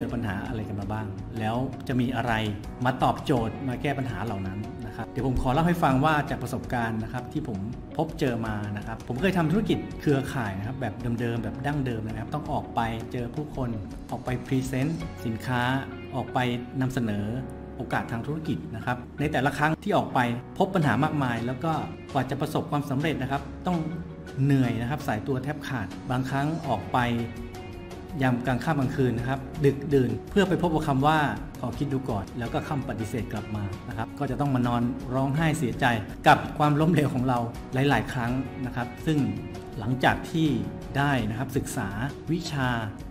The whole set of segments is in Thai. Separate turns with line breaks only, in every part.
เจอปัญหาอะไรกันมาบ้าง แล้วจะมีอะไรมาตอบโจทย์มาแก้ปัญหาเหล่านั้นนะครับ เดี๋ยวผมขอเล่าให้ฟังว่าจากประสบการณ์นะครับที่ผมพบเจอมานะครับ ผมเคยทำธุรกิจเครือข่ายนะครับแบบเดิมๆแบบดั้งเดิมนะครับ ต้องออกไปเจอผู้คน ออกไปพรีเซนต์สินค้า ออกไปนำเสนอ โอกาสทางธุรกิจนะครับ ในแต่ละครั้งที่ออกไปพบปัญหามากมาย แล้วก็กว่าจะประสบความสำเร็จนะครับ ต้องเหนื่อยนะครับ สายตัวแทบขาด บางครั้งออกไปยามกลางค่ำกลางคืนนะครับ ดึกดื่นเพื่อไปพบกับคำว่าขอคิดดูก่อน แล้วก็คำปฏิเสธกลับมานะครับ ก็จะต้องมานอนร้องไห้เสียใจกับความล้มเหลวของเราหลาย ๆ ครั้งนะครับ ซึ่ง หลังจากที่ได้นะครับศึกษาวิชา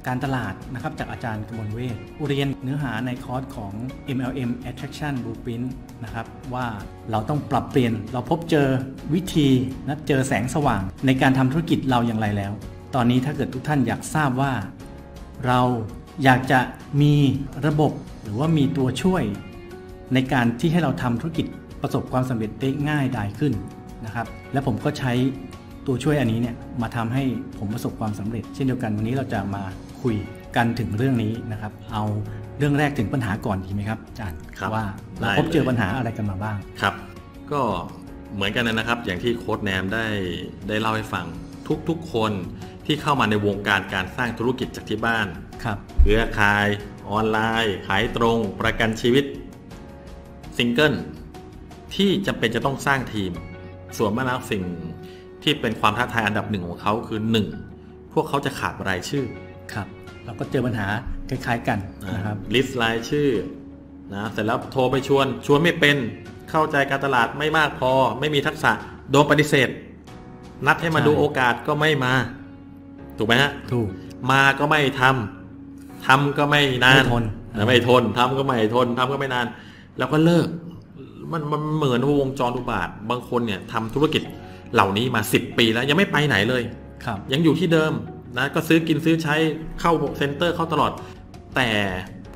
การตลาดนะครับจากอาจารย์กมลเวชเรียนเนื้อหาในคอร์สของ MLM Attraction Blueprint นะครับว่าเราต้องปรับเปลี่ยนเราพบเจอวิธีนะเจอแสงสว่างในการทำธุรกิจเราอย่างไรแล้ว ตอนนี้ถ้าเกิดทุกท่านอยากทราบว่า เราอยากจะมีระบบหรือว่ามีตัวช่วย ในการที่ให้เราทำธุรกิจประสบความสำเร็จได้ง่ายดายขึ้นนะครับ และผมก็ใช้ตัวช่วยอันนี้เนี่ยมาทำให้ผมประสบความสำเร็จ เช่นเดียวกันวันนี้เราจะมาคุยกันถึงเรื่องนี้นะครับ เอาเรื่องแรกถึงปัญหาก่อนดีไหมครับอาจารย์
ครับ
ว่า
ได้
เรา
เลย
พบเจอปัญหาอะไรกันมาบ้าง
ครับ ก็เหมือนกันนะครับ อย่างที่โค้ดแนมได้ได้เล่าให้ฟังทุกๆคนที่เข้ามาในวงการการสร้างธุรกิจจากที่บ้าน
ครับ
เครือข่าย ออนไลน์ ขายตรง ประกันชีวิตซิงเกิลที่จำเป็นจะต้องสร้างทีม ส่วนมากแล้วสิ่งที่เป็นความท้าทายอันดับหนึ่งของเขาคือ 1. พวกเขาจะขาดรายชื่อ
ครับ เราก็เจอปัญหาคล้ายๆกันนะครับ
ลิสต์รายชื่อนะเสร็จแล้วโทรไปชวน ชวนไม่เป็นเข้าใจการตลาดไม่มากพอ ไม่มีทักษะโดนปฏิเสธ นัดให้มา
ใช่
ดูโอกาสก็ไม่มา ถูกไหมฮะ
ถูก
มาก็ไม่ทำทำก็ไม่นาน
ไม่ทน
นะไม่ทนทำก็ไม่ทนทำก็ไม่นาน แล้วก็เลิก มันมันเหมือนวงจรอุบาท บางคนเนี่ยทำธุรกิจเหล่านี้มา 10 ปีแล้วยังไม่ไปไหนเลย
ครับ
ยังอยู่ที่เดิมนะก็ซื้อกินซื้อใช้เข้าเซ็นเตอร์เข้าตลอด แต่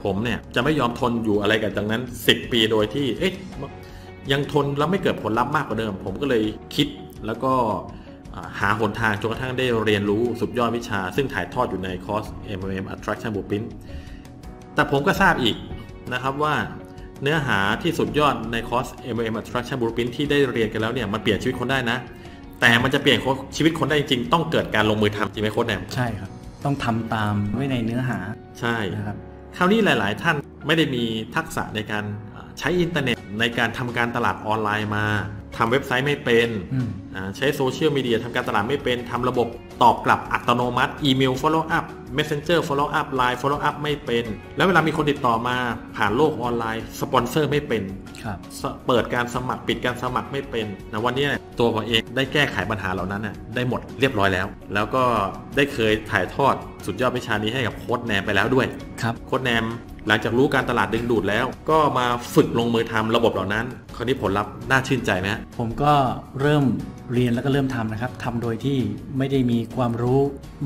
ผมเนี่ยจะไม่ยอมทนอยู่อะไรกับดังนั้น 10 ปีโดยที่ เอ๊ะยังทนแล้วไม่เกิดผลลัพธ์มากกว่าเดิม ผมก็เลยคิดแล้วก็อ่าหาหนทางจนกระทั่งได้เรียนรู้สุดยอดวิชา ซึ่งถ่ายทอดอยู่ในคอร์ส MMM Attraction Blueprint แต่ผมก็ทราบอีกนะครับว่าเนื้อหาที่สุดยอดในคอร์ส MLM Attraction Blueprint ที่ได้เรียนกันแล้วเนี่ยมันเปลี่ยนชีวิตคนได้นะ แต่มันจะเปลี่ยนคนชีวิตคนได้จริงๆ ต้องเกิดการลงมือทำจริงไหมโค้ชแนม
ใช่ครับ ต้องทำตามไว้ในเนื้อหา
ใช่
นะครับ
คราวนี้หลาย ๆ ท่านไม่ได้มีทักษะในการใช้อินเทอร์เน็ต ในการทำการตลาดออนไลน์มาทำเว็บไซต์ไม่เป็น
อืม
อ่าใช้โซเชียลมีเดียทำการตลาดไม่เป็นทำระบบตอบกลับอัตโนมัติอีเมล follow up messenger follow up line follow up ไม่เป็น แล้วเวลามีคนติดต่อมาผ่านโลกออนไลน์สปอนเซอร์ไม่เป็น
ครับ
เปิดการสมัครปิดการสมัครไม่เป็นนะวันนี้เนี่ยตัวผมเองได้แก้ไขปัญหาเหล่านั้นน่ะได้หมดเรียบร้อยแล้ว แล้วก็ได้เคยถ่ายทอดสุดยอดวิชานี้ให้กับโค้ดแนมไปแล้วด้วย
ครับ
โค้ดแนมหลังจากรู้การตลาดดึงดูดแล้ว ก็มาฝึกลงมือทำระบบเหล่านั้น คราวนี้ผลลัพธ์น่าชื่นใจไหมฮะ
ผมก็เริ่มเรียนแล้วก็เริ่มทำนะครับทำโดยที่ไม่ได้มีความรู้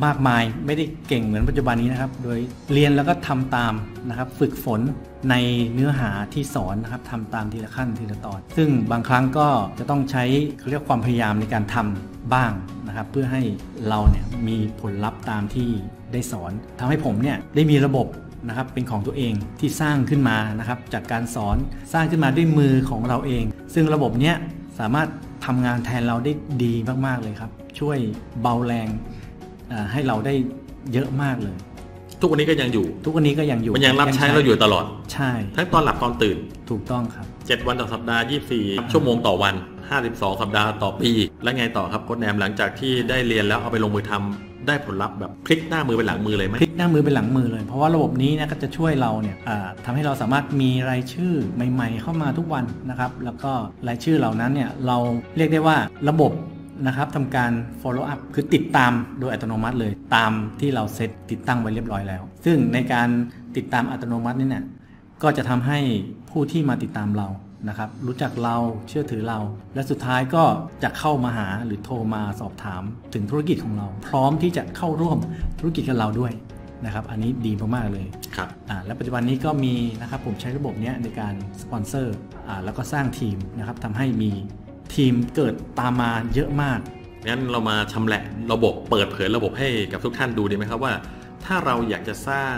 มากมาย ไม่ได้เก่งเหมือนปัจจุบันนี้นะครับ โดยเรียนแล้วก็ทำตามนะครับ ฝึกฝนในเนื้อหาที่สอนนะครับทำตามทีละขั้นทีละตอน ซึ่งบางครั้งก็จะต้องใช้เขาเรียกความพยายามในการทำบ้างนะครับ เพื่อให้เราเนี่ยมีผลลัพธ์ตามที่ได้สอนทำให้ผมเนี่ยได้มีระบบ นะครับเป็นของตัวเองที่สร้างขึ้นมานะครับจากการสอนสร้างขึ้นมาด้วยมือของเราเอง ซึ่งระบบเนี้ยสามารถทำงานแทนเราได้ดีมาก ๆ เลยครับ ช่วยเบาแรงเอ่อให้เราได้เยอะมากเลย
ทุกวันนี้ก็ยังอยู่
ทุกวันนี้ก็ยังอยู่
มันยังรับใช้เราอยู่ตลอด
ใช่
ทั้งตอนหลับตอนตื่น
ถูกต้องครับ
7 วันต่อสัปดาห์ 24 ชั่วโมงต่อวัน 52 สัปดาห์ต่อปี แล้วไงต่อครับโค้ดแนมหลังจากที่ได้เรียนแล้วเอาไปลงมือทำได้ผลลัพธ์แบบพลิกหน้ามือเป็นหลังมือเลยไหม
พลิกหน้ามือเป็นหลังมือเลย เพราะว่าระบบนี้นะก็จะช่วยเราเนี่ยอ่าทำให้เราสามารถมีรายชื่อใหม่ๆ เข้ามาทุกวันนะครับ แล้วก็รายชื่อเหล่านั้นเนี่ยเราเรียกได้ว่าระบบนะครับทำการ follow up คือติดตามโดยอัตโนมัติเลยตามที่เราเซตติดตั้งไว้เรียบร้อยแล้ว ซึ่งในการติดตามอัตโนมัตินี่เนี่ย ก็จะทำให้ผู้ที่มาติดตามเรานะครับ รู้จักเราเชื่อถือเรา และสุดท้ายก็จะเข้ามาหาหรือโทรมาสอบถามถึงธุรกิจของเรา พร้อมที่จะเข้าร่วมธุรกิจกับเราด้วยนะครับ อันนี้ดีมากๆเลย
ครับ
อ่าและปัจจุบันนี้ก็มีนะครับผมใช้ระบบเนี้ยในการสปอนเซอร์อ่าแล้วก็สร้างทีมนะครับทำให้มีทีมเกิดตามมาเยอะมาก
งั้นเรามาชำแหละระบบเปิดเผยระบบให้กับทุกท่านดูดีไหมครับว่า ถ้าเราอยากจะสร้าง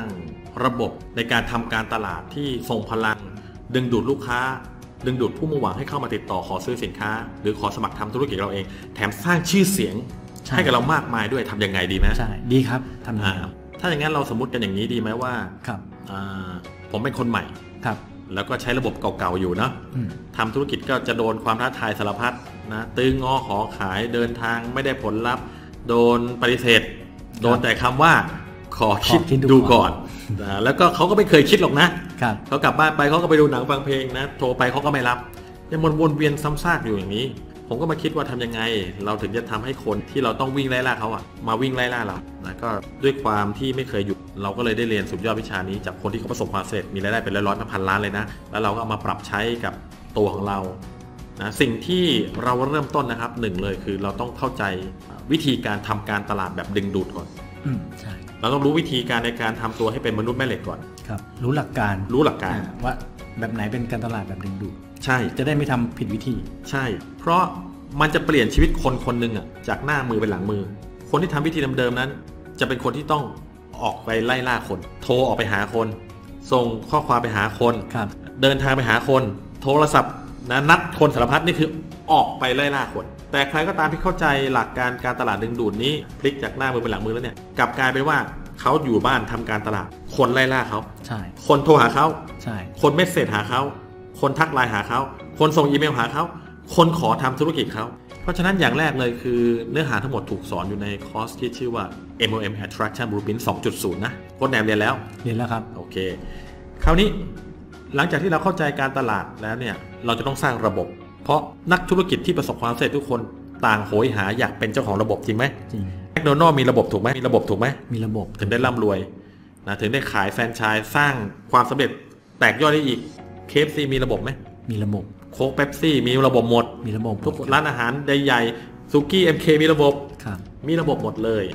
ระบบในการทำการตลาดที่ทรงพลัง ดึงดูดลูกค้า ดึงดูดผู้มุ่งหวังให้เข้ามาติดต่อขอซื้อสินค้า หรือขอสมัครทำธุรกิจเราเอง แถมสร้างชื่อเสียง
ใช่
ให้กับเรามากมายด้วยทำยังไงดีไหม
ใช่ดีครับทำยัง
อ่า
ไงครับ
ถ้าอย่างนั้นเราสมมติกันอย่างนี้ดีไหมว่า
ครับ
อ่าผมเป็นคนใหม่
ครับ
แล้วก็ใช้ระบบเก่าๆอยู่เนอะ
อืม
ทำธุรกิจก็จะโดนความท้าทายสารพัดนะตื้องอขอขายเดินทางไม่ได้ผลลัพธ์ โดนปฏิเสธ โดนแต่คำว่า ขอคิด
ขอคิดดู
ดู
ก่
ก่อ
อน น
นะแล้วก็เขาก็ไม่เคยคิดหรอกนะครับ เขากลับบ้านไปเขาก็ไปดูหนังฟังเพลงนะ โทรไปเขาก็ไม่รับยังวนๆเวียนซ้ำซากอยู่อย่างนี้ ผมก็มาคิดว่าทำยังไง เราถึงจะทำให้คนที่เราต้องวิ่งไล่ล่าเขาอะมาวิ่งไล่ล่าเรานะก็ด้วยความที่ไม่เคยหยุดเราก็เลยได้เรียนสุดยอดวิชานี้จากคนที่เขาประสบความสำเร็จมีรายได้เป็นร้อยๆพันๆล้านเลยนะแล้วเราก็เอามาปรับใช้กับตัวของเรา นะสิ่งที่เราเริ่มต้นนะครับหนึ่งเลยคือเราต้องเข้าใจวิธีการทำการตลาดแบบดึงดูดก่อน
อืมใช่
เราต้องรู้วิธีการในการทำตัวให้เป็นมนุษย์แม่เหล็กก่อน
ครับรู้หลักการ
รู้หลักการ
อ่าว่าแบบไหนเป็นการตลาดแบบดึงดูด
ใช่
จะได้ไม่ทำผิดวิธี
ใช่ เพราะมันจะเปลี่ยนชีวิตคนคนหนึ่งอ่ะจากหน้ามือเป็นหลังมือ คนที่ทำวิธีเดิมๆนั้น จะเป็นคนที่ต้องออกไปไล่ล่าคน โทรออกไปหาคน ส่งข้อความไปหาคน
ครับ
เดินทางไปหาคน โทรศัพท์นะนัดคนสารพัดนี่คือออกไปไล่ล่าคน แต่ใครก็ตามที่เข้าใจหลักการการตลาดดึงดูดนี้พลิกจากหน้ามือเป็นหลังมือแล้วเนี่ยกลับกลายเป็นว่าเขาอยู่บ้านทำการตลาด คนไล่ล่าเขา
ใช่
คนโทรหาเขา
ใช่
คนเมสเซจหาเขาคนทักไลน์หาเขาคนส่งอีเมลหาเขาคนขอทำธุรกิจเขาเพราะฉะนั้นอย่างแรกเลยคือเนื้อหาทั้งหมดถูกสอนอยู่ในคอร์สที่ชื่อว่า MLM Attraction Blueprint 2.0 นะโค้ดแนมเรียนแล้ว
เรียนแล้วครับ
โอเค คราวนี้หลังจากที่เราเข้าใจการตลาดแล้วเนี่ย เราจะต้องสร้างระบบ เพราะนักธุรกิจที่ประสบความสำเร็จทุกคนต่างโหยหาอยากเป็นเจ้าของระบบจริงไหม
จริง
แมคโดนัลมีระบบถูกไหมมีระบบถูกไหม
มีระบบ
ถึงได้ร่ำรวยนะถึงได้ขายแฟรนไชส์สร้างความสำเร็จแตกยอดได้อีก KFC มีระบบไหม
มีระบบ
โค้กเป๊ปซี่มีระบบหมด
มีระบบ
ทุกร้านอาหารใหญ่ๆซูกี้ MK มีระบบ
ครับ
มีระบบหมดเลย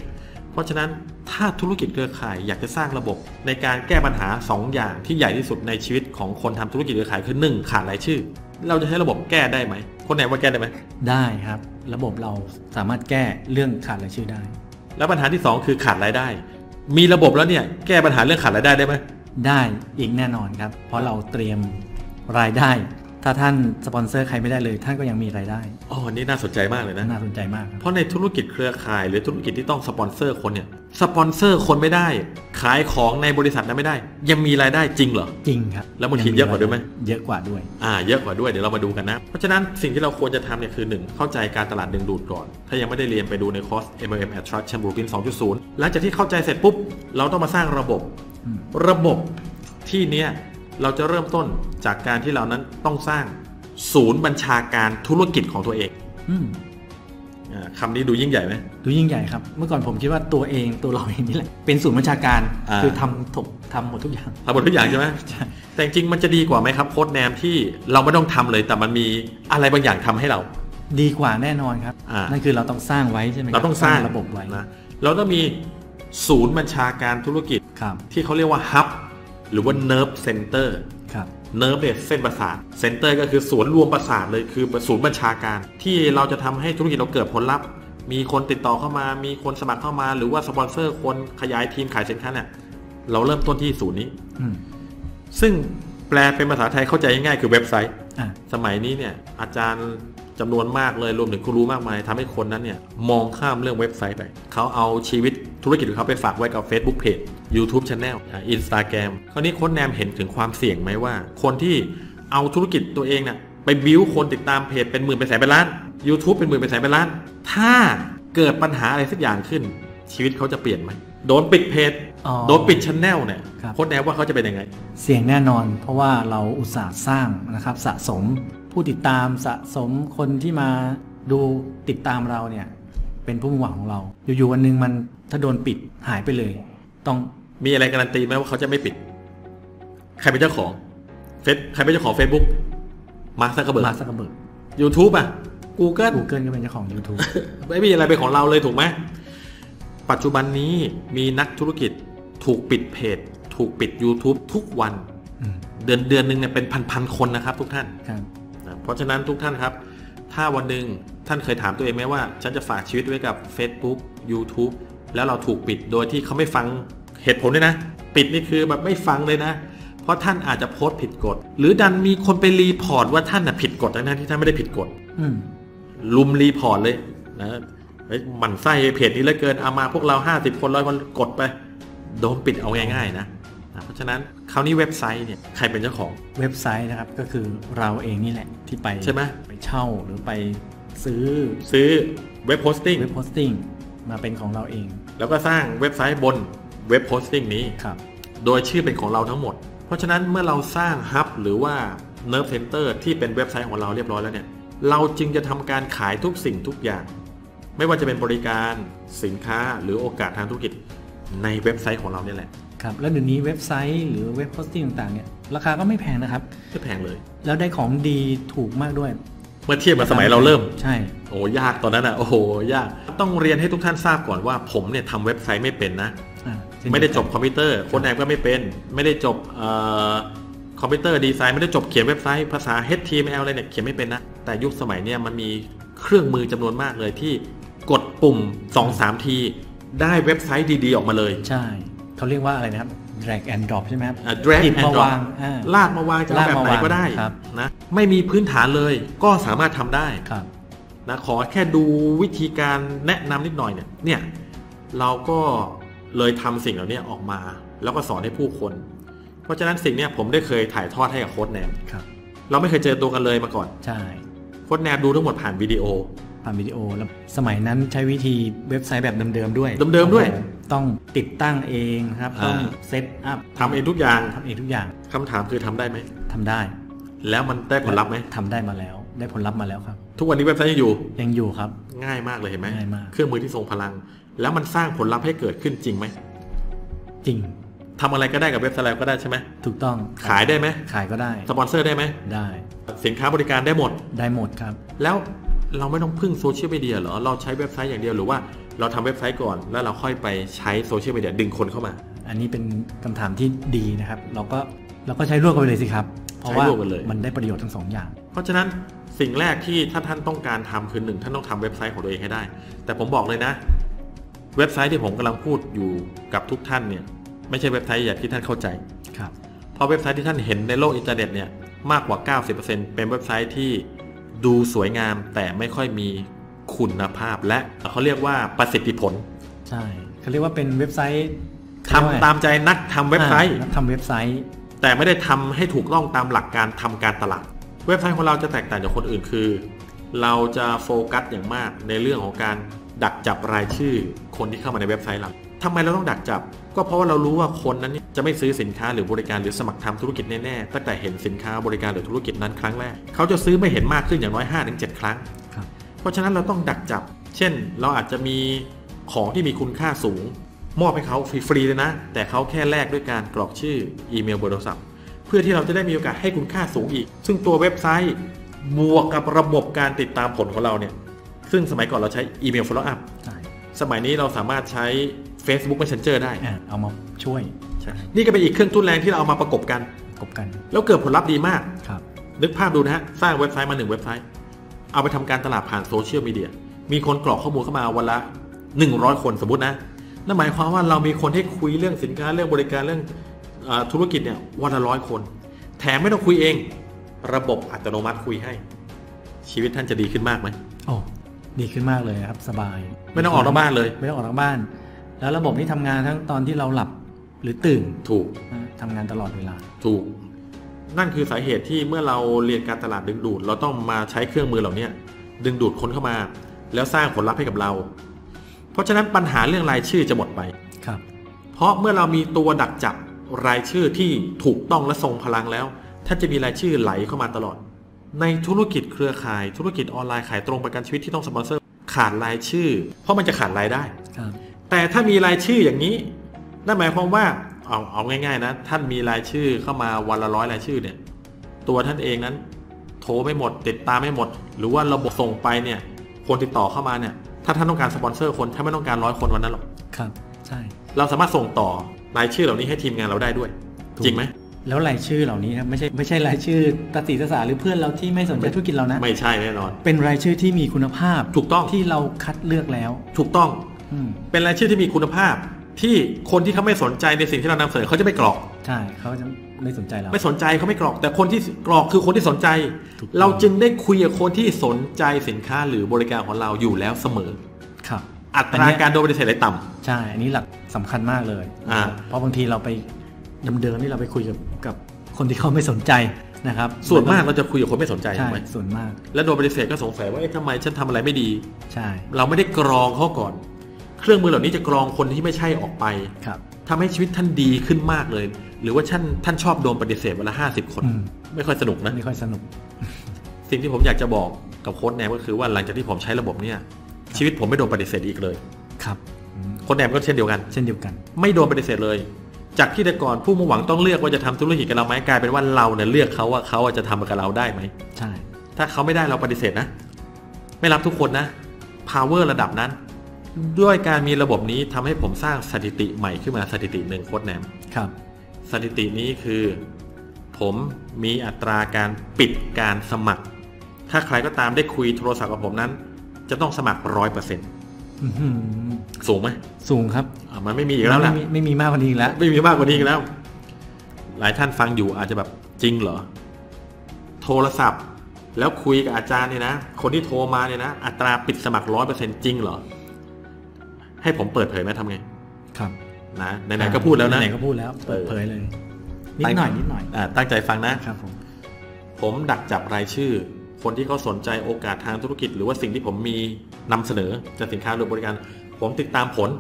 เพราะฉะนั้นถ้าธุรกิจเครือข่ายอยากจะสร้างระบบในการแก้ปัญหา 2 อย่างที่ใหญ่ที่สุดในชีวิตของคนทำธุรกิจเครือข่ายคือ 1 ขาดรายชื่อ เราจะให้ระบบแก้ได้ไหม คนไหนว่าแก้ได้ไหม
ได้ครับ ระบบเราสามารถแก้เรื่องขาดรายชื่อได้
แล้วปัญหาที่ 2 คือขาดรายได้ มีระบบแล้วเนี่ยแก้ปัญหาเรื่องขาดรายได้ได้ไหม
ได้อีกแน่นอนครับ เพราะเราเตรียมรายได้ ถ้าท่านสปอนเซอร์ใครไม่ได้เลย ท่านก็ยังมีรายได้
อ๋ออันนี่น่าสนใจมากเลยนะ
น่าสนใจมากครับ
เพราะในธุรกิจเครือข่ายหรือธุรกิจที่ต้องสปอนเซอร์คนเนี่ย สปอนเซอร์คนไม่ได้ ขายของในบริษัทนั้นไม่ได้ ยังมีรายได้จริงเหรอ
จริงครับ
แล้วบางทีเยอะกว่าด้วยไหม
เยอะกว่าด้วย
อ่าเยอะกว่าด้วยเดี๋ยวเรามาดูกันนะ เพราะฉะนั้นสิ่งที่เราควรจะทำเนี่ยคือ 1 เข้าใจการตลาดดึงดูดก่อน ถ้ายังไม่ได้เรียนไปดูในคอร์ส MLM Attraction Blueprint 2.0 หลังจากที่เข้าใจเสร็จปุ๊บ เราต้องมาสร้างระบบ
อืม
ระบบที่เนี้ยเราจะเริ่มต้นจากการที่เรานั้นต้องสร้างศูนย์บัญชาการธุรกิจของตัวเอง
อืม
อ่าคำนี้ดูยิ่งใหญ่ไหม
ดูยิ่งใหญ่ครับ เมื่อก่อนผมคิดว่าตัวเองตัวเราเองนี่แหละเป็นศูนย์บัญชาการ
อ่า
คือทำถกทำหมดทุกอย่าง
ทำหมดทุกอย่างใช่ไหม
ใช่
แต่จริงๆมันจะดีกว่าไหมครับโค้ดแนมที่เราไม่ต้องทำเลยแต่มันมีอะไรบางอย่างทำให้เรา
ดีกว่าแน่นอนครับ
อ่านั่
นั่นคือเราต้องสร้างไว้ใช่ไหมคบ
เราต้องสร้าง
ระบบไว้
นะเราต้องมีศูนย์บัญชาการธุรกิจ
ครับ
ที่เขาเรียกว่าฮับหรือว่า nerve center
ครับ
nerve เนี่ยเส้นประสาท center ก็คือศูนย์รวมประสาทเลยคือศูนย์บัญชาการ ที่เราจะทำให้ธุรกิจเราเกิดผลลัพธ์ มีคนติดต่อเข้ามา มีคนสมัครเข้ามา หรือว่าสปอนเซอร์คนขยายทีมขายสินค้าเนี่ยเราเริ่มต้นที่ศูนย์นี้
อืม
ซึ่งแปลเป็นภาษาไทยเข้าใจง่ายๆคือเว็บไซต์
อ่า
สมัยนี้เนี่ยอาจารย์จำนวนมากเลยรวมถึงครูรู้มากมายทำให้คนนั้นเนี่ยมองข้ามเรื่องเว็บไซต์ไป เขาเอาชีวิตธุรกิจของเขาไปฝากไว้กับ Facebook Page YouTube Channel อินสตาแกรมคราวนี้โค้ดแนมเห็นถึงความเสี่ยงไหมว่า คนที่เอาธุรกิจตัวเองเนี่ยไปบิ้วคนติดตามเพจเป็นหมื่นเป็นแสนเป็นล้าน YouTube เป็นหมื่นเป็นแสนเป็นล้าน ถ้าเกิดปัญหาอะไรสักอย่างขึ้น ชีวิตเขาจะเปลี่ยนไหมโดนปิดเพจ
อ๋อ
โดนปิดชแนลเนี่ย
ครับ
โค้ดแนมว่าเขาจะเป็นยังไง
เสี่ยงแน่นอน เพราะว่าเราอุตส่าห์สร้างนะครับ สะสมผู้ติดตามสะสมคนที่มาดูติดตามเราเนี่ย เป็นผู้มุ่งหวังของเรา อยู่ๆวันหนึ่งมันถ้าโดนปิดหายไปเลย ต้อง
มีอะไรการันตีไหมว่าเขาจะไม่ปิด ใครเป็นเจ้าของเฟซใครเป็นเจ้าของ Facebook มาร์คซักเบิร์
มา
ด
สักเบิร์ก
ยูทูบอ่ะ Google
กูเกิลก็เป็นเจ้าของ YouTube
ไม่มีอะไรเป็นของเราเลยถูกไหม ปัจจุบันนี้มีนักธุรกิจถูกปิดเพจ ถูกปิด YouTube ทุกวัน
อืม
เดือนเดือนหนึ่งเนี่ยเป็นพันๆคนนะครับทุกท่าน
ครับ
นะเพราะฉะนั้นทุกท่านครับ ถ้าวันหนึ่งท่านเคยถามตัวเองไหมว่า ฉันจะฝากชีวิตไว้กับ Facebook YouTube แล้วเราถูกปิดโดยที่เขาไม่ฟังเหตุผลด้วยนะ ปิดนี่คือแบบไม่ฟังเลยนะ เพราะท่านอาจจะโพสต์ผิดกฎ หรือดันมีคนไปรีพอร์ตว่าท่านน่ะผิดกฎทั้งๆที่ท่านไม่ได้ผิดกฎ
อืม
ลุมรีพอร์ตเลยนะเฮ้ยหมันไส้เพจนี้เหลือเกินเอามาพวกเรา 50 คนร้อยคนกดไป โดนปิดเอาง่ายๆนะนะเพราะฉะนั้นคราวนี้เว็บไซต์เนี่ยใครเป็นเจ้าของ
เว็บไซต์นะครับก็คือเราเองนี่แหละที่ไป
ใช่ไหม
ไปเช่าหรือไปซื้อ
ซื้อเว็บโฮสติ้ง
เว็บโพสติ้งมาเป็นของเราเอง
แล้วก็สร้างเว็บไซต์บนเว็บโฮสติ้งนี้
ครับ
โดยชื่อเป็นของเราทั้งหมด เพราะฉะนั้นเมื่อเราสร้างฮับหรือว่า Nerve Center ที่เป็นเว็บไซต์ของเราเรียบร้อยแล้วเนี่ย เราจึงจะทำการขายทุกสิ่งทุกอย่าง ไม่ว่าจะเป็นบริการสินค้าหรือโอกาสทางธุรกิจในเว็บไซต์ของเราเนี่ยแหละ
ครับแล้วเดี๋ยวนี้เว็บไซต์หรือเว็บโพสติ้งต่างๆเนี่ยราคาก็ไม่แพงนะครับ
ไม่แพงเลย
แล้วได้ของดีถูกมากด้วย
เมื่อเทียบกับสมัยเราเริ่ม
ใช่
โอ้ยากตอนนั้นอ่ะโอ้โหยาก ต้องเรียนให้ทุกท่านทราบก่อนว่าผมเนี่ยทำเว็บไซต์ไม่เป็นนะ
อ่า
ไม่ได้จบคอมพิวเตอร์โค้ดแอปก็ไม่เป็น ไม่ได้จบเออคอมพิวเตอร์ดีไซน์ไม่ได้จบเขียนเว็บไซต์ภาษา HTML อะไรเนี่ยเขียนไม่เป็นนะ แต่ยุคสมัยเนี่ยมันมีเครื่องมือจำนวนมากเลยที่กดปุ่ม 2-3 ที ได้เว็บไซต์ดีๆ ออกมาเลย
ใช่เขาเรียกว่าอะไรนะครับ drag and drop ใช่ไหมครับ
อ่ะ drag
หยิบ
and
มา
drop
วางอ่า
ลากมาวางจะเอาแบบไหนก็ได้
ลากมาวางครับ
นะไม่มีพื้นฐานเลยก็สามารถทำได้
ครับ
นะขอแค่ดูวิธีการแนะนำนิดหน่อยเนี่ยเนี่ย เราก็เลยทำสิ่งเหล่านี้ออกมา แล้วก็สอนให้ผู้คน เพราะฉะนั้นสิ่งเนี้ยผมได้เคยถ่ายทอดให้กับโค้ดแนม
ครับ
เราไม่เคยเจอตัวกันเลยมาก่อน
ใช่
โค้ดแนมดูทั้งหมดผ่านวิดีโอ
ผ่านวิดีโอแล้วสมัยนั้นใช้วิธีเว็บไซต์แบบเดิมๆด้วย
เดิมๆด้วย
ต้องติดตั้งเองครับต้อง
อ่า
เซตอัพ
ทำเองทุกอย่าง
ทำเองทุกอย่าง
คำถามคือทำได้ไหม
ทำได้
แล้วมันได้ผลลัพธ์ไหม
ทำได้มาแล้ว ได้ผลลัพธ์มาแล้วครับ
ทุกวันนี้เว็บไซต์ยังอยู่
ยังอยู่ครับ
ง่ายมากเลยเห็นไหม
ง่ายมาก
เครื่องมือที่ทรงพลัง แล้วมันสร้างผลลัพธ์ให้เกิดขึ้นจริงไหม
จริง
ทำอะไรก็ได้กับเว็บไซต์แล้วก็ได้ใช่ไหม
ถูกต้อง
ขายได้ไหม
ขายก็ได้
สปอนเซอร์ได้ไหม
ได้
สินค้าบริการได้หมด
ได้หมดครับ
แล้วเราไม่ต้องพึ่งโซเชียลมีเดียเหรอ เราใช้เว็บไซต์อย่างเดียวหรือว่าเราทำเว็บไซต์ก่อนแล้วเราค่อยไปใช้โซเชียลมีเดียดึงคนเข้ามา
อันนี้เป็นคำถามที่ดีนะครับ เราก็เราก็ใช้ร่วมกันไปเลยสิครับ เพราะว่า
ใช้ร่วมกันเลย
มันได้ประโยชน์ทั้งสองอย่าง
เพราะฉะนั้นสิ่งแรกที่ถ้าท่านต้องการทำคือหนึ่งท่านต้องทำเว็บไซต์ของตัวเองให้ได้ แต่ผมบอกเลยนะ เว็บไซต์ที่ผมกำลังพูดอยู่กับทุกท่านเนี่ยไม่ใช่เว็บไซต์อย่างที่ท่านเข้าใจ
ครับ
เพราะเว็บไซต์ที่ท่านเห็นในโลกอินเทอร์เน็ตเนี่ยมากกว่า 90%เป็นเว็บไซต์ที่ดูสวยงามแต่ไม่ค่อยมีคุณภาพ และเขาเรียกว่าประสิทธิผล
ใช่เขาเรียกว่าเป็นเว็บไซต์
ทำตามใจนักทำเว็บไซต์
อ่าทำเว็บไซต์
แต่ไม่ได้ทำให้ถูกต้องตามหลักการทำการตลาด เว็บไซต์ของเราจะแตกต่างจากคนอื่นคือ เราจะโฟกัสอย่างมากในเรื่องของการดักจับรายชื่อ คนที่เข้ามาในเว็บไซต์เราทำไมเราต้องดักจับ ก็เพราะว่าเรารู้ว่าคนนั้นเนี่ยจะไม่ซื้อสินค้าหรือบริการหรือสมัครทำธุรกิจแน่ๆตั้งแต่เห็นสินค้าบริการหรือธุรกิจนั้นครั้งแรกเขาจะซื้อไม่เห็นมากขึ้นอย่างน้อย 5-7 ครั้ง
ครับ
เพราะฉะนั้นเราต้องดักจับ เช่น เราอาจจะมีของที่มีคุณค่าสูง มอบให้เขาฟรีๆเลยนะ แต่เขาแค่แลกด้วยการกรอกชื่ออีเมลเบอร์โทรศัพท์ เพื่อที่เราจะได้มีโอกาสให้คุณค่าสูงอีก ซึ่งตัวเว็บไซต์บวกกับระบบการติดตามผลของเราเนี่ย ซึ่งสมัยก่อนเราใช้อีเมล follow up
ใช่
สมัยนี้เราสามารถใช้ Facebook Messenger ได้
อ่าเอามาช่วย
นี่ก็เป็นอีกเครื่องทุนแรงที่เราเอามาประกบกัน
ประกบกัน
แล้วเกิดผลลัพธ์ดีมาก
ครับ
นึกภาพดูนะฮะ สร้างเว็บไซต์มาหนึ่งเว็บไซต์ เอาไปทำการตลาดผ่านโซเชียลมีเดีย มีคนกรอกข้อมูลเข้ามาวันละ 100 คนสมมตินะ นั่นหมายความว่าเรามีคนให้คุยเรื่องสินค้าเรื่องบริการเรื่องเออธุรกิจเนี่ยวันละร้อยคน แถมไม่ต้องคุยเอง ระบบอัตโนมัติคุยให้ ชีวิตท่านจะดีขึ้นมากไหม
โอ้ดีขึ้นมากเลยครับสบาย
ไม่ต้องออกนอกบ้านเลย
ไม่ต้องออกนอกบ้าน แล้วระบบนี้ทำงานทั้งตอนที่เราหลับหรือตื่น
ถูก
นะทำงานตลอดเวลา
ถูก นั่นคือสาเหตุที่เมื่อเราเรียนการตลาดดึงดูด เราต้องมาใช้เครื่องมือเหล่าเนี้ยดึงดูดคนเข้ามา แล้วสร้างผลลัพธ์ให้กับเรา เพราะฉะนั้นปัญหาเรื่องรายชื่อจะหมดไป
ครับ
เพราะเมื่อเรามีตัวดักจับรายชื่อที่ถูกต้องและทรงพลังแล้วท่านจะมีรายชื่อไหลเข้ามาตลอด ในธุรกิจเครือข่าย ธุรกิจออนไลน์ขายตรงประกันชีวิตที่ต้องสปอนเซอร์ขาดรายชื่อ เพราะมันจะขาดรายได้
ครับ
แต่ถ้ามีรายชื่ออย่างนี้ นั่นหมายความว่าเอาเอาง่าย ๆ นะ ท่านมีรายชื่อเข้ามาวันละร้อยรายชื่อเนี่ย ตัวท่านเองนั้น โทรไม่หมด ติดตามไม่หมด หรือว่าระบบส่งไปเนี่ย คนติดต่อเข้ามาเนี่ย ถ้าท่านต้องการสปอนเซอร์คนท่านไม่ต้องการร้อยคนวันนั้นหรอก
ครับใช่
เราสามารถส่งต่อรายชื่อเหล่านี้ให้ทีมงานเราได้ด้วย จริงไหม
แล้วรายชื่อเหล่านี้นะไม่ใช่ไม่ใช่รายชื่อตาสีตาสาหรือเพื่อนเราที่ไม่สนใจธุรกิจเรานะ
ไม่ใช่แน่นอน
เป็นรายชื่อที่มีคุณภาพ
ถูกต้อง
ที่เราคัดเลือกแล้ว
ถูกต้อง
อืม
เป็นรายชื่อที่มีคุณภาพ ที่คนที่เขาไม่สนใจในสิ่งที่เรานำเสนอเขาจะไม่กรอก
ใช่เขาจะไม่สนใจเรา
ไม่สนใจเขาไม่กรอก แต่คนที่กรอกคือคนที่สนใจ
ถูกต้อง
เราจึงได้คุยกับคนที่สนใจสินค้าหรือบริการของเราอยู่แล้วเสมอ
ครับ
อัต
น
รา
เนี้ย
การโดนปฏิเสธเลยต่ำ
ใช่อันนี้หลักสำคัญมากเลย
อ่า
เพราะบางทีเราไปเดิมๆนี่เราไปคุยกับกับคนที่เขาไม่สนใจนะครับ
ส่วนมากเราจะคุยกับคนไม่สนใจ
ใช่
ถูกไหม
ส่วนมาก
และโดนปฏิเสธก็สงสัยว่าเอ๊ะทำไมฉันทำอะไรไม่ดี
ใช่
เราไม่ได้กรองเขาก่อน เครื่องมือเหล่านี้จะกรองคนที่ไม่ใช่ออกไป
ครับ
ทำให้ชีวิตท่านดีขึ้นมากเลย หรือว่าท่านท่านชอบโดนปฏิเสธวันละห้าสิบคน
อืม
ไม่ค่อยสนุกนะ
ไม่ค่อยสนุก
สิ่งที่ผมอยากจะบอกกับโค้ดแนมก็คือว่าหลังจากที่ผมใช้ระบบเนี่ย ชีวิตผมไม่โดนปฏิเสธอีกเลย
ครับอืม
โค้ดแนมก็เช่นเดียวกัน
เช่นเดียวกัน
ไม่โดนปฏิเสธเลย จากที่แต่ก่อนผู้มุ่งหวังต้องเลือกว่าจะทำธุรกิจกับเราไหมกลายเป็นว่าเราเนี่ยเลือกเขาว่าเขาจะทำกับเราได้ไหม
ใช่
ถ้าเขาไม่ได้เราปฏิเสธนะ ไม่รับทุกคนนะ power ระดับนั้น ด้วยการมีระบบนี้ทำให้ผมสร้างสถิติใหม่ขึ้นมาสถิติหนึ่งโคดแนม
ครับ
สถิตินี้คือ ผมมีอัตราการปิดการสมัคร ถ้าใครก็ตามได้คุยโทรศัพท์กับผมนั้น จะต้องสมัครร้อยเปอร์เซ็นต์
อื้อหือ
สูงไหม
สูงครับ
อ่ะมันไม่มีอีกแล้ว
ไม่
ล่ะ
มีไม่มีมากกว่านี้อีกแล้ว
ไม่มีมากกว่านี้อีกแล้ว หลายท่านฟังอยู่อาจจะแบบจริงเหรอ โทรศัพท์ แล้วคุยกับอาจารย์เนี่ยนะ คนที่โทรมาเนี่ยนะ อัตราปิดสมัครร้อยเปอร์เซ็นจริงเหรอ ให้ผมเปิดเผยไหมทำไง
ครับ
นะไหนๆก็พูดแล้วนะ
ไหนๆก็พูดแล้วเปิดเผยเลย นิดหน่อยนิดหน่อย
อ่าตั้งใจฟังนะ
ครับผม
ผมดักจับรายชื่อ คนที่เขาสนใจโอกาสทางธุรกิจ หรือว่าสิ่งที่ผมมีนำเสนอจะสินค้าหรือบริการ ผมติดตามผล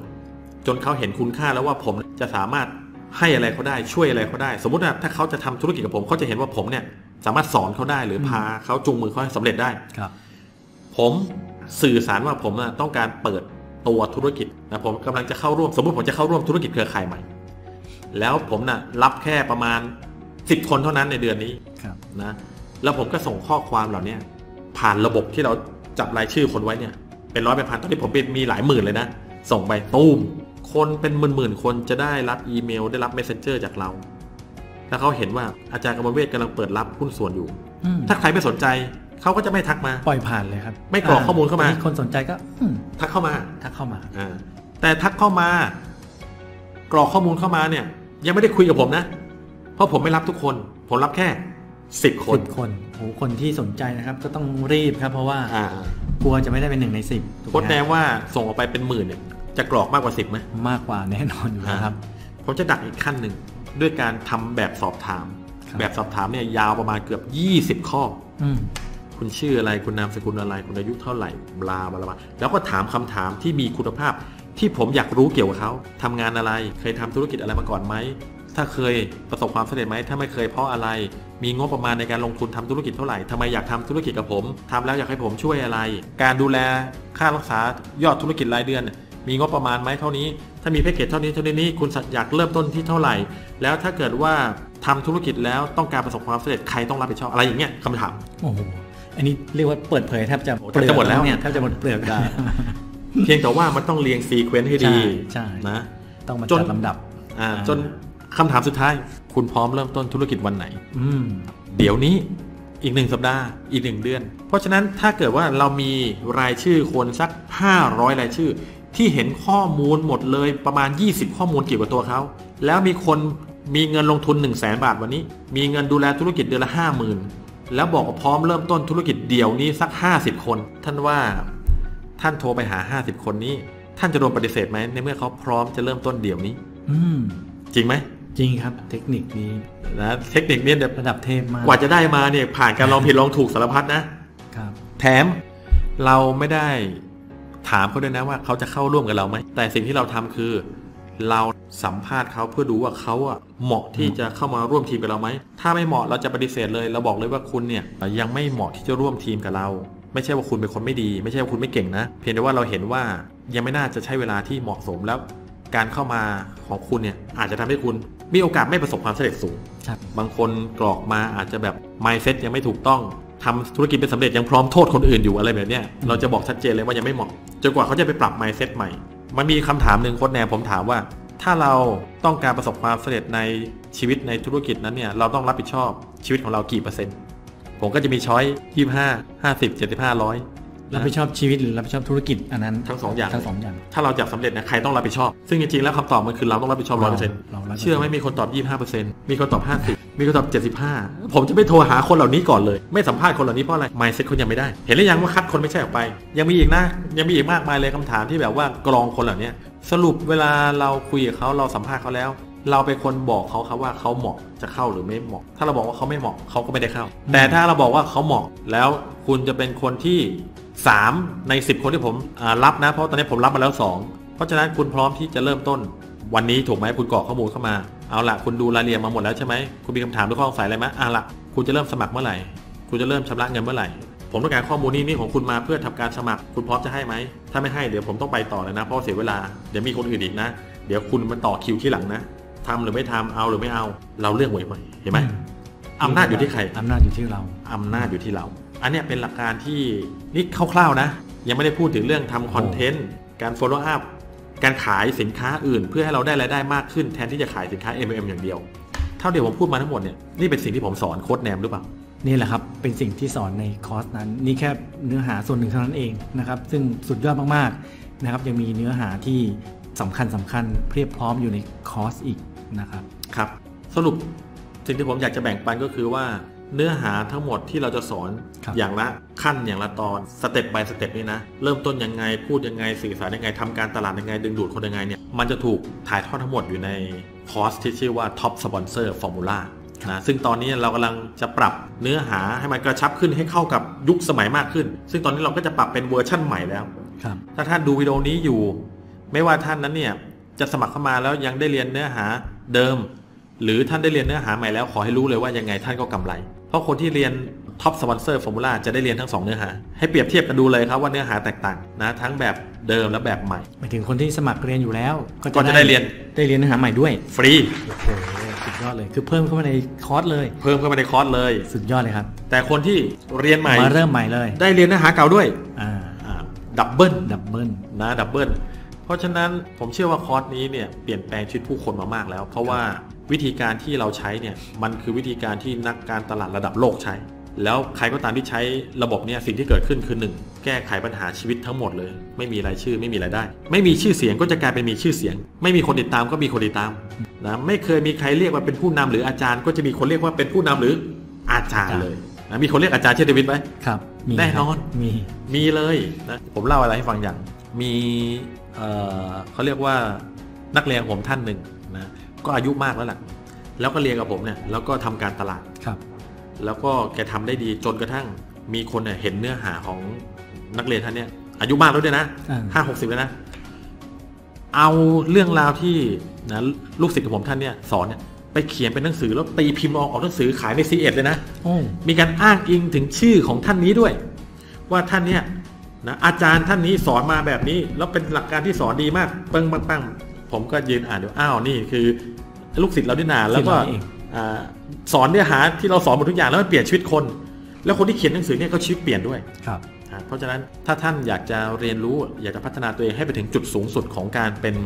จนเขาเห็นคุณค่าแล้วว่าผมจะสามารถให้อะไรเขาได้ช่วยอะไรเขาได้ สมมติว่าถ้าเขาจะทำธุรกิจกับผมเขาจะเห็นว่าผมเนี่ยสามารถสอนเขาได้หรือพาเขาจูงมือเขาให้สำเร็จได้
ครับ
ผมสื่อสารว่าผมน่ะต้องการเปิดตัวธุรกิจนะผมกำลังจะเข้าร่วม สมมติผมจะเข้าร่วมธุรกิจเครือข่ายใหม่ แล้วผมน่ะรับแค่ประมาณ 10 คนเท่านั้นในเดือนนี้
ครับ
นะแล้วผมก็ส่งข้อความเหล่าเนี้ยผ่านระบบที่เราจับรายชื่อคนไว้เนี่ยเป็นร้อยเป็นพันตอนนี้ผมเป็นมีหลายหมื่นเลยนะ ส่งไปตูมคนเป็นหมื่นๆคนจะได้รับอีเมลได้รับ Messenger จากเรา แล้วเขาเห็นว่าอาจารย์กมลเวทกำลังเปิดรับหุ้นส่วนอยู่
อืม
ถ้าใครไม่สนใจเขาก็จะไม่ทักมา
ปล่อยผ่านเลยครับ
ไม่กรอกข้อมูลเข้ามา
คนสนใจก็อืม
ทักเข้ามา
ทักเข้ามา
อ่าแต่ทักเข้ามา กรอกข้อมูลเข้ามาเนี่ย ยังไม่ได้คุยกับผมนะ เพราะผมไม่รับทุกคน ผมรับแค่สิบคน
สิบคนโอ้โหคนที่สนใจนะครับ ก็ต้องรีบครับ เพราะว่า
อ่า
กลัวจะไม่ได้เป็นหนึ่งในสิบถูก
โค้ด
ไหม
แนะว่าส่งออกไปเป็นหมื่นเนี่ยจะกรอกมากกว่าสิบไหม
มากกว่าแน่นอนอยู่แล้วครับ
ผมจะดักอีกขั้นหนึ่งด้วยการทำแบบสอบถาม
ครับ
แบบสอบถามเนี่ยยาวประมาณเกือบ 20 ข้อ
อืม
คุณชื่ออะไรคุณนามสกุลอะไรคุณอายุเท่าไหร่บลาบลาบลาแล้วก็ถามคำถามที่มีคุณภาพ ที่ผมอยากรู้เกี่ยวกับเขาทำงานอะไร เคยทำธุรกิจอะไรมาก่อนไหมถ้าเคยประสบความสำเร็จไหมถ้าไม่เคยเพราะอะไร มีงบประมาณในการลงทุนทำธุรกิจเท่าไหร่ทำไมอยากทำธุรกิจกับผมทำแล้วอยากให้ผมช่วยอะไร การดูแลค่ารักษายอดธุรกิจรายเดือน มีงบประมาณไหมเท่านี้ ถ้ามีแพ็กเกจเท่านี้เท่านี้คุณอยากเริ่มต้นที่เท่าไหร่ แล้วถ้าเกิดว่าทำธุรกิจแล้วต้องการประสบความสำเร็จใครต้องรับผิดชอบอะไรอย่างเงี้ยคำถาม
โอ้โหอันนี้เรียกว่าเปิดเผยแทบจะ
โอ้แทบจะหมดแล้ว
เนี่ยแทบจะหมดเปลือกได้
เพียงแต่ว่ามันต้องเรียงซีเควนต์ให้ดี
ใช่ใช่
นะ
ต้องมา
จ
จั
น
ดลำดับ
อ่า
อ่า
จนคำถามสุดท้าย คุณพร้อมเริ่มต้นธุรกิจวันไหน
อืม
เดี๋ยวนี้อีกหนึ่งสัปดาห์อีกหนึ่งเดือน เพราะฉะนั้นถ้าเกิดว่าเรามีรายชื่อคนสัก 500 รายชื่อ ที่เห็นข้อมูลหมดเลยประมาณ 20 ข้อมูลเกี่ยวกับตัวเขา แล้วมีคนมีเงินลงทุน 1 0 0 0 0แบาทวันนี้ มีเงินดูแลธุรกิจเดือนละ 50,000 แล้วบอกว่าพร้อมเริ่มต้นธุรกิจเดี๋ยวนี้สัก 50 คน ท่านว่าท่านโทรไปหา 50 คนนี้ ท่านจะโดนปฏิเสธไหมในเมื่อเขาพร้อมจะเริ่มต้นเดี๋ยวนี้
อืม
จริงไหม
จริงครับ เทคนิคนี้
นะเทคนิคเนี่ยเดี๋ยว
ระดับเทพมาก
กว่าจะได้มาเนี่ยผ่านการลองผิดลองถูกสารพัดนะ
ครับ
แถมเราไม่ได้ถามเขาด้วยนะว่าเขาจะเข้าร่วมกับเราไหม แต่สิ่งที่เราทำคือ เราสัมภาษณ์เขาเพื่อดูว่าเขาอะเหมาะที่จะเข้ามาร่วมทีมกับเราไหม ถ้าไม่เหมาะเราจะปฏิเสธเลย เราบอกเลยว่าคุณเนี่ยยังไม่เหมาะที่จะร่วมทีมกับเรา ไม่ใช่ว่าคุณเป็นคนไม่ดี ไม่ใช่ว่าคุณไม่เก่งนะ เพียงแต่ว่าเราเห็นว่ายังไม่น่าจะใช้เวลาที่เหมาะสมแล้ว การเข้ามาของคุณเนี่ยอาจจะทำให้คุณมีโอกาสไม่ประสบความสำเร็จสูง
ครับ
บางคนกรอกมาอาจจะแบบ mindset ยังไม่ถูกต้องทำธุรกิจเป็นสำเร็จยังพร้อมโทษคนอื่นอยู่อะไรแบบเนี้ยเราจะบอกชัดเจนเลยว่ายังไม่เหมาะจนกว่าเขาจะไปปรับ mindset ใหม่ มันมีคำถามหนึ่งโค้ดแนมผมถามว่า ถ้าเราต้องการประสบความสำเร็จในชีวิตในธุรกิจนั้นเนี่ยเราต้องรับผิดชอบชีวิตของเรากี่เปอร์เซ็นต์ ผมก็จะมีช้อย25 50 75 100
รับผิดชอบชีวิตหรือรับผิดชอบธุรกิจอันนั้น
ทั้งสองอย่าง
ทั้งสองอย่าง
ถ้าเราจับสำเร็จนะใครต้องรับผิดชอบ ซึ่งจริงๆแล้วคำตอบมันคือเราต้องรับผิดชอบร้อยเปอร์เซ็นต์
เรารับผิดชอบ
เชื่อไหมมีคนตอบ 25%มีคนตอบ 50 มีคนตอบ 75 ผมจะไม่โทรหาคนเหล่านี้ก่อนเลย ไม่สัมภาษณ์คนเหล่านี้เพราะอะไร mindset คนยังไม่ได้ เห็นหรือยังว่าคัดคนไม่ใช่ออกไป ยังมีอีกนะ ยังมีอีกมากมายเลยคำถามที่แบบว่ากรองคนเหล่านี้สรุปเวลาเราคุยกับเขาเราสัมภาษณ์เขาแล้ว เราเป็นคนบอกเขาครับว่าเขาเหมาะจะเข้าหรือไม่เหมาะ ถ้าเราบอกว่าเขาไม่เหมาะเขาก็ไม่ได้เข้า แต่ถ้าเราบอกว่าเขาเหมาะแล้วคุณจะเป็นคนที่ 3 ใน 10 คนที่ผมอ่ารับนะ เพราะตอนนี้ผมรับมาแล้ว 2 เพราะฉะนั้นคุณพร้อมที่จะเริ่มต้น วันนี้ถูกไหมคุณกรอกข้อมูลเข้ามา เอาละคุณดูรายละเอียดมาหมดแล้วใช่ไหมคุณมีคำถามหรือข้อสงสัยอะไรไหมเอาละคุณจะเริ่มสมัครเมื่อไหร่ คุณจะเริ่มชำระเงินเมื่อไหร่ ผมต้องการข้อมูลนี้นี่ของคุณมาเพื่อทำการสมัคร คุณพร้อมจะให้ไหม ถ้าไม่ให้เดี๋ยวผมต้องไปต่อเลยนะ เพราะเสียเวลา เดี๋ยวมีคนอื่นอีกนะ เดี๋ยวคุณมันต่อคิวที่หลังนะทำหรือไม่ทำเอาหรือไม่เอา เราเลือกไว้ไหมเห็นไหมอำนาจอยู่ที่ใคร
อำนาจอยู่ที่เรา
อำนาจอยู่ที่เรา อันเนี้ยเป็นหลักการที่นี่คร่าวๆนะ ยังไม่ได้พูดถึงเรื่องทำคอนเทนต์ การ follow up การขายสินค้าอื่น เพื่อให้เราได้รายได้มากขึ้นแทนที่จะขายสินค้า MLM อย่างเดียว เท่าเดียวผมพูดมาทั้งหมดเนี่ยนี่เป็นสิ่งที่ผมสอนโค้ดแนมหรือเปล่า
นี่แหละครับ เป็นสิ่งที่สอนในคอร์สนั้น นี่แค่เนื้อหาส่วนหนึ่งเท่านั้นเองนะครับ ซึ่งสุดยอดมากๆนะครับ ยังมีเนื้อหาที่สำคัญสำคัญๆเพียบพร้อมอยู่ในคอร์สอีกนะครับ
ครับ สรุปสิ่งที่ผมอยากจะแบ่งปันก็คือว่าเนื้อหาทั้งหมดที่เราจะสอน
ครับ
อย่างละขั้นอย่างละตอนสเต็ป by สเต็ปนี่นะ เริ่มต้นยังไงพูดยังไงสื่อสารยังไงทำการตลาดยังไง ดึงดูดคนยังไงเนี่ยมันจะถูกถ่ายทอดทั้งหมดอยู่ในคอร์สที่ชื่อว่า Top Sponsor Formula นะซึ่งตอนนี้เรากำลังจะปรับเนื้อหาให้มันกระชับขึ้นให้เข้ากับยุคสมัยมากขึ้น ซึ่งตอนนี้เราก็จะปรับเป็นเวอร์ชั่นใหม่แล้ว
ครับ
ถ้าท่านดูวิดีโอนี้อยู่ ไม่ว่าท่านนั้นเนี่ยจะสมัครเข้ามาแล้วยังได้เรียนเนื้อหาเดิม หรือท่านได้เรียนเนื้อหาใหม่แล้วขอให้รู้เลยว่ายังไงท่านก็กำไร เพราะคนที่เรียนท็อปสปอนเซอร์ฟอร์มูล่าจะได้เรียนทั้งสองเนื้อหา ให้เปรียบเทียบกันดูเลยครับว่าเนื้อหาแตกต่างนะทั้งแบบเดิมและแบบใหม่
หมายถึงคนที่สมัครเรียนอยู่แล้ว ก็
ก็จะได้เรียน
ได้เรียนเนื้อหาใหม่ด้วย
ฟรี
โอ้โหสุดยอดเลย คือเพิ่มเข้ามาในคอร์สเลย
เพิ่มเข้ามาในคอร์สเลย
สุดยอดเลยครับ
แต่คนที่เรียนใหม่
มาเริ่มใหม่เลย
ได้เรียนเนื้อหาเก่าด้วย
อ่า
อ่าดับเบิล
ดับเบิล
นะดับเบิลเพราะฉะนั้นผมเชื่อว่าคอร์สนี้เนี่ยเปลี่ยนแปลงชีวิตผู้คนมามากแล้ว เพราะว่าวิธีการที่เราใช้เนี่ยมันคือวิธีการที่นักการตลาดระดับโลกใช้ แล้วใครก็ตามที่ใช้ระบบเนี่ยสิ่งที่เกิดขึ้นคือหนึ่งแก้ไขปัญหาชีวิตทั้งหมดเลย ไม่มีรายชื่อไม่มีรายได้ ไม่มีชื่อเสียงก็จะกลายเป็นมีชื่อเสียง ไม่มีคนติดตามก็มีคนติดตามนะไม่เคยมีใครเรียกว่าเป็นผู้นำหรืออาจารย์ ก็จะมีคนเรียกว่าเป็นผู้นำหรืออาจารย์เลยนะมีคนเรียกอาจารย์เชนเดวิดไหม
ครับ มี
แน่นอน
ครับมี
มีเลยนะผมเล่าอะไรให้ฟังอย่าง มีเอ่อเขาเรียกว่านักเรียนของผมท่านหนึ่งนะก็อายุมากแล้วล่ะแล้วก็เรียนกับผมเนี่ยแล้วก็ทำการตลาด
ครับ
แล้วก็แกทำได้ดีจนกระทั่งมีคนเนี่ยเห็นเนื้อหาของนักเรียนท่านเนี่ยอายุมากแล้วด้วยนะ
อ่า
ห้าหกสิบแล้วนะ เอาเรื่องราวที่นะลูกศิษย์ของผมท่านเนี่ยสอนเนี่ยไปเขียนเป็นหนังสือแล้วตีพิมพ์ออกออกหนังสือขายในซีเอ็ดเลยนะ
โอ้
มีการอ้างอิงถึงชื่อของท่านนี้ด้วย ว่าท่านเนี่ยนะอาจารย์ท่านนี้สอนมาแบบนี้ แล้วเป็นหลักการที่สอนดีมากปังปังปังผมก็ยืนอ่านเดี๋ยวอ้าวนี่คือ ลูกศิษย์เราด้วยนาแล้วก็อ่าสอนเนื้อหาที่เราสอนหมดทุกอย่างแล้วมันเปลี่ยนชีวิตคน แล้วคนที่เขียนหนังสือเนี่ยก็ชีวิตเปลี่ยนด้วย
ครับ
อ่ะเพราะฉะนั้นถ้าท่านอยากจะเรียนรู้อยากจะพัฒนาตัวเองให้ไปถึงจุดสูงสุดของการเป็น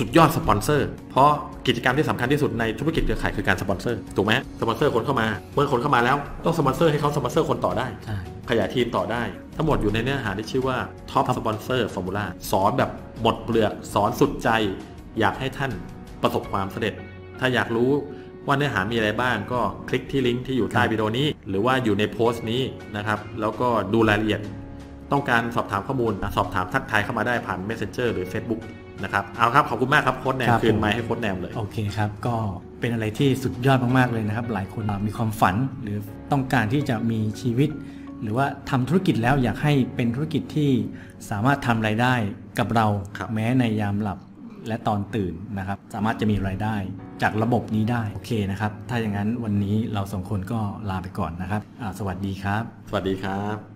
สุดยอดสปอนเซอร์ เพราะกิจกรรมที่สำคัญที่สุดในธุรกิจเครือข่ายคือการสปอนเซอร์ถูกไหมสปอนเซอร์คนเข้ามาเมื่อคนเข้ามาแล้วต้องสปอนเซอร์ให้เขาสปอนเซอร์คนต่อได้
ใช่
ขยายทีมต่อได้ ทั้งหมดอยู่ในเนื้อหาที่ชื่อว่า Top Sponsor Formula สอนแบบหมดเปลือก สอนสุดใจ อยากให้ท่านประสบความสำเร็จ ถ้าอยากรู้ว่าเนื้อหามีอะไรบ้าง ก็คลิกที่ลิงก์ที่อยู่ใต้วิดีโอนี้ หรือว่าอยู่ในโพสต์นี้นะครับ แล้วก็ดูรายละเอียด ต้องการสอบถามข้อมูลนะสอบถามทักทายเข้ามาได้ผ่าน Messenger หรือ Facebook นะครับ เอาครับ ขอบคุณมากครับโค้ดแนม
ครับ
คืน
ผม
ไมค์ให้โค้ดแนมเลย
โอเคครับ ก็เป็นอะไรที่สุดยอดมาก ๆ เลยนะครับ หลายคนมีความฝันหรือต้องการที่จะมีชีวิต หรือว่าทำธุรกิจแล้วอยากให้เป็นธุรกิจที่สามารถทำรายได้กับเรา
ครับ
แม้ในยามหลับและตอนตื่นนะครับ สามารถจะมีรายได้จากระบบนี้ได้ โอเคนะครับ ถ้าอย่างนั้นวันนี้เราสองคนก็ลาไปก่อนนะครับอ่าสวัสดีครับ
สวัสดีครับ